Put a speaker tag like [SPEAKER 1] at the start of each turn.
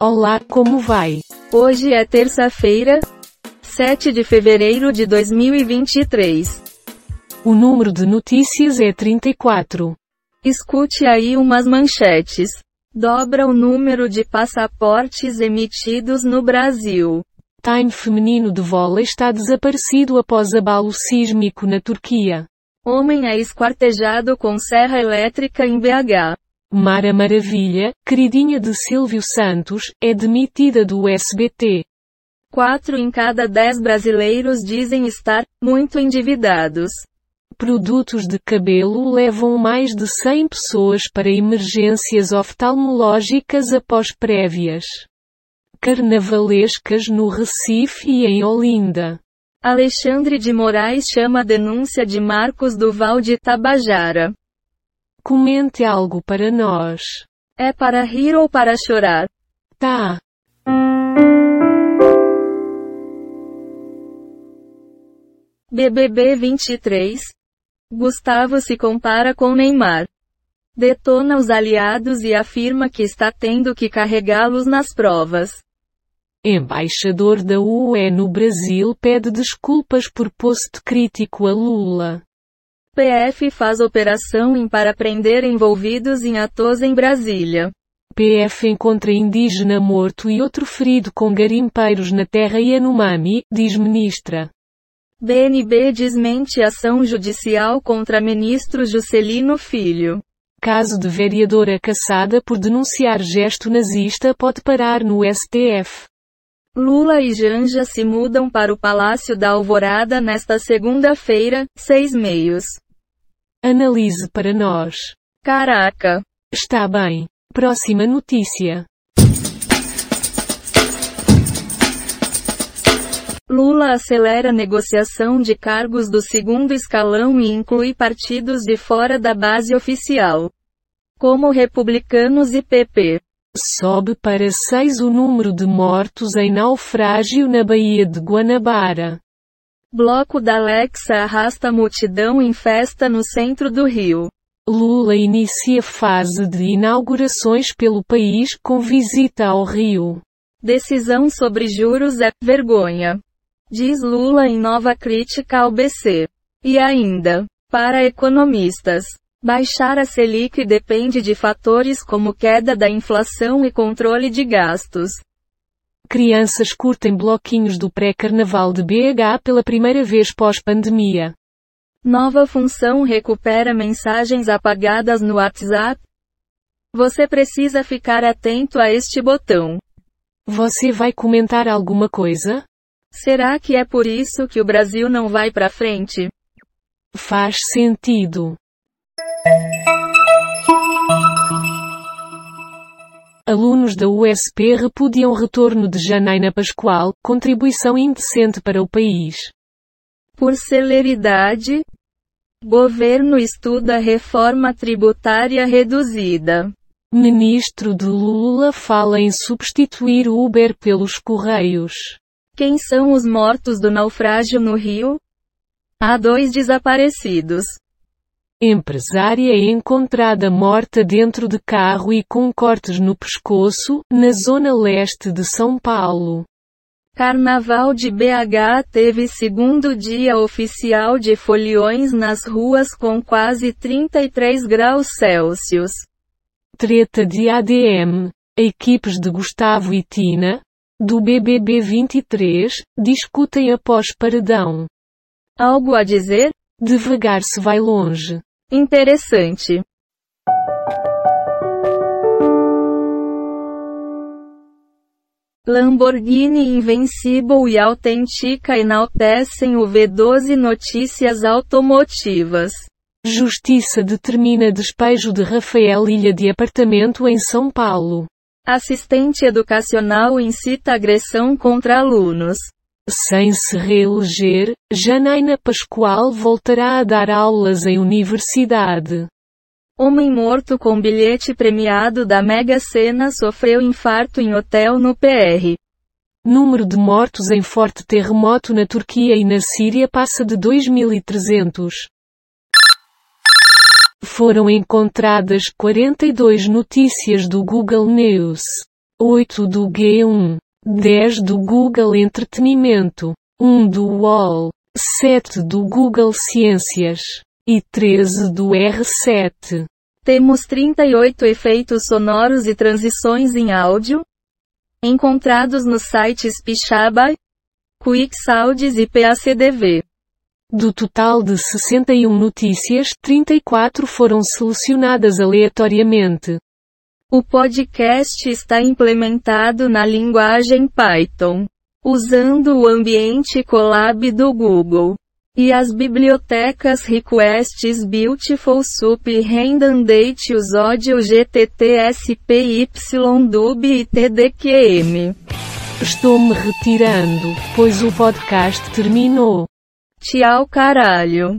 [SPEAKER 1] Olá, como vai?
[SPEAKER 2] Hoje é terça-feira, 7 de fevereiro de 2023.
[SPEAKER 1] O número de notícias é 34.
[SPEAKER 2] Escute aí umas manchetes. Dobra o número de passaportes emitidos no Brasil.
[SPEAKER 1] Time feminino de vôlei está desaparecido após abalo sísmico na Turquia.
[SPEAKER 2] Homem é esquartejado com serra elétrica em BH.
[SPEAKER 1] Mara Maravilha, queridinha de Silvio Santos, é demitida do SBT.
[SPEAKER 2] Quatro em cada dez brasileiros dizem estar muito endividados.
[SPEAKER 1] Produtos de cabelo levam mais de 100 pessoas para emergências oftalmológicas após prévias carnavalescas no Recife e em Olinda.
[SPEAKER 2] Alexandre de Moraes chama a denúncia de Marcos Duval de Tabajara.
[SPEAKER 1] Comente algo para nós.
[SPEAKER 2] É para rir ou para chorar?
[SPEAKER 1] Tá.
[SPEAKER 2] BBB 23. Gustavo se compara com Neymar. Detona os aliados e afirma que está tendo que carregá-los nas provas.
[SPEAKER 1] Embaixador da UE no Brasil pede desculpas por post crítico a Lula.
[SPEAKER 2] PF faz operação em para prender envolvidos em atos em Brasília.
[SPEAKER 1] PF encontra indígena morto e outro ferido com garimpeiros na terra Yanomami, diz ministra.
[SPEAKER 2] BNB desmente ação judicial contra ministro Juscelino Filho.
[SPEAKER 1] Caso de vereadora caçada por denunciar gesto nazista pode parar no STF.
[SPEAKER 2] Lula e Janja se mudam para o Palácio da Alvorada nesta segunda-feira, seis meios.
[SPEAKER 1] Analise para nós.
[SPEAKER 2] Caraca.
[SPEAKER 1] Está bem. Próxima notícia.
[SPEAKER 2] Lula acelera negociação de cargos do segundo escalão e inclui partidos de fora da base oficial. Como republicanos e PP.
[SPEAKER 1] Sobe para seis o número de mortos em naufrágio na Baía de Guanabara.
[SPEAKER 2] Bloco da Alexa arrasta multidão em festa no centro do Rio.
[SPEAKER 1] Lula inicia fase de inaugurações pelo país com visita ao Rio.
[SPEAKER 2] Decisão sobre juros é vergonha. Diz Lula em nova crítica ao BC. E ainda, para economistas, baixar a Selic depende de fatores como queda da inflação e controle de gastos.
[SPEAKER 1] Crianças curtem bloquinhos do pré-carnaval de BH pela primeira vez pós-pandemia.
[SPEAKER 2] Nova função recupera mensagens apagadas no WhatsApp. Você precisa ficar atento a este botão.
[SPEAKER 1] Você vai comentar alguma coisa?
[SPEAKER 2] Será que é por isso que o Brasil não vai para frente?
[SPEAKER 1] Faz sentido. Alunos da USP repudiam retorno de Janaina Pascoal, contribuição indecente para o país.
[SPEAKER 2] Por celeridade, governo estuda reforma tributária reduzida.
[SPEAKER 1] Ministro de Lula fala em substituir o Uber pelos Correios.
[SPEAKER 2] Quem são os mortos do naufrágio no Rio? Há dois desaparecidos.
[SPEAKER 1] Empresária é encontrada morta dentro de carro e com cortes no pescoço, na zona leste de São Paulo.
[SPEAKER 2] Carnaval de BH teve segundo dia oficial de foliões nas ruas com quase 33 graus Celsius.
[SPEAKER 1] Treta de ADM. Equipes de Gustavo e Tina, do BBB 23, discutem após paredão.
[SPEAKER 2] Algo a dizer?
[SPEAKER 1] Devagar se vai longe.
[SPEAKER 2] Interessante. Lamborghini Invencível e Autêntica enaltecem o V12 Notícias Automotivas.
[SPEAKER 1] Justiça determina despejo de Rafael Ilha de apartamento em São Paulo.
[SPEAKER 2] Assistente educacional incita agressão contra alunos.
[SPEAKER 1] Sem se reeleger, Janaina Pascoal voltará a dar aulas em universidade.
[SPEAKER 2] Homem morto com bilhete premiado da Mega Sena sofreu infarto em hotel no PR.
[SPEAKER 1] Número de mortos em forte terremoto na Turquia e na Síria passa de 2.300 foram encontradas 42 notícias do Google News. 8 do G1, 10 do Google Entretenimento, 1 do UOL, 7 do Google Ciências e 13 do R7.
[SPEAKER 2] Temos 38 efeitos sonoros e transições em áudio, encontrados nos sites Pixabay, QuickSounds e PACDV.
[SPEAKER 1] Do total de 61 notícias, 34 foram selecionadas aleatoriamente.
[SPEAKER 2] O podcast está implementado na linguagem Python, usando o ambiente Colab do Google e as bibliotecas Requests Beautiful Soup e Random Date os Audio GTTSPYDUB e TDQM.
[SPEAKER 1] Estou-me retirando, pois o podcast terminou.
[SPEAKER 2] Tchau caralho.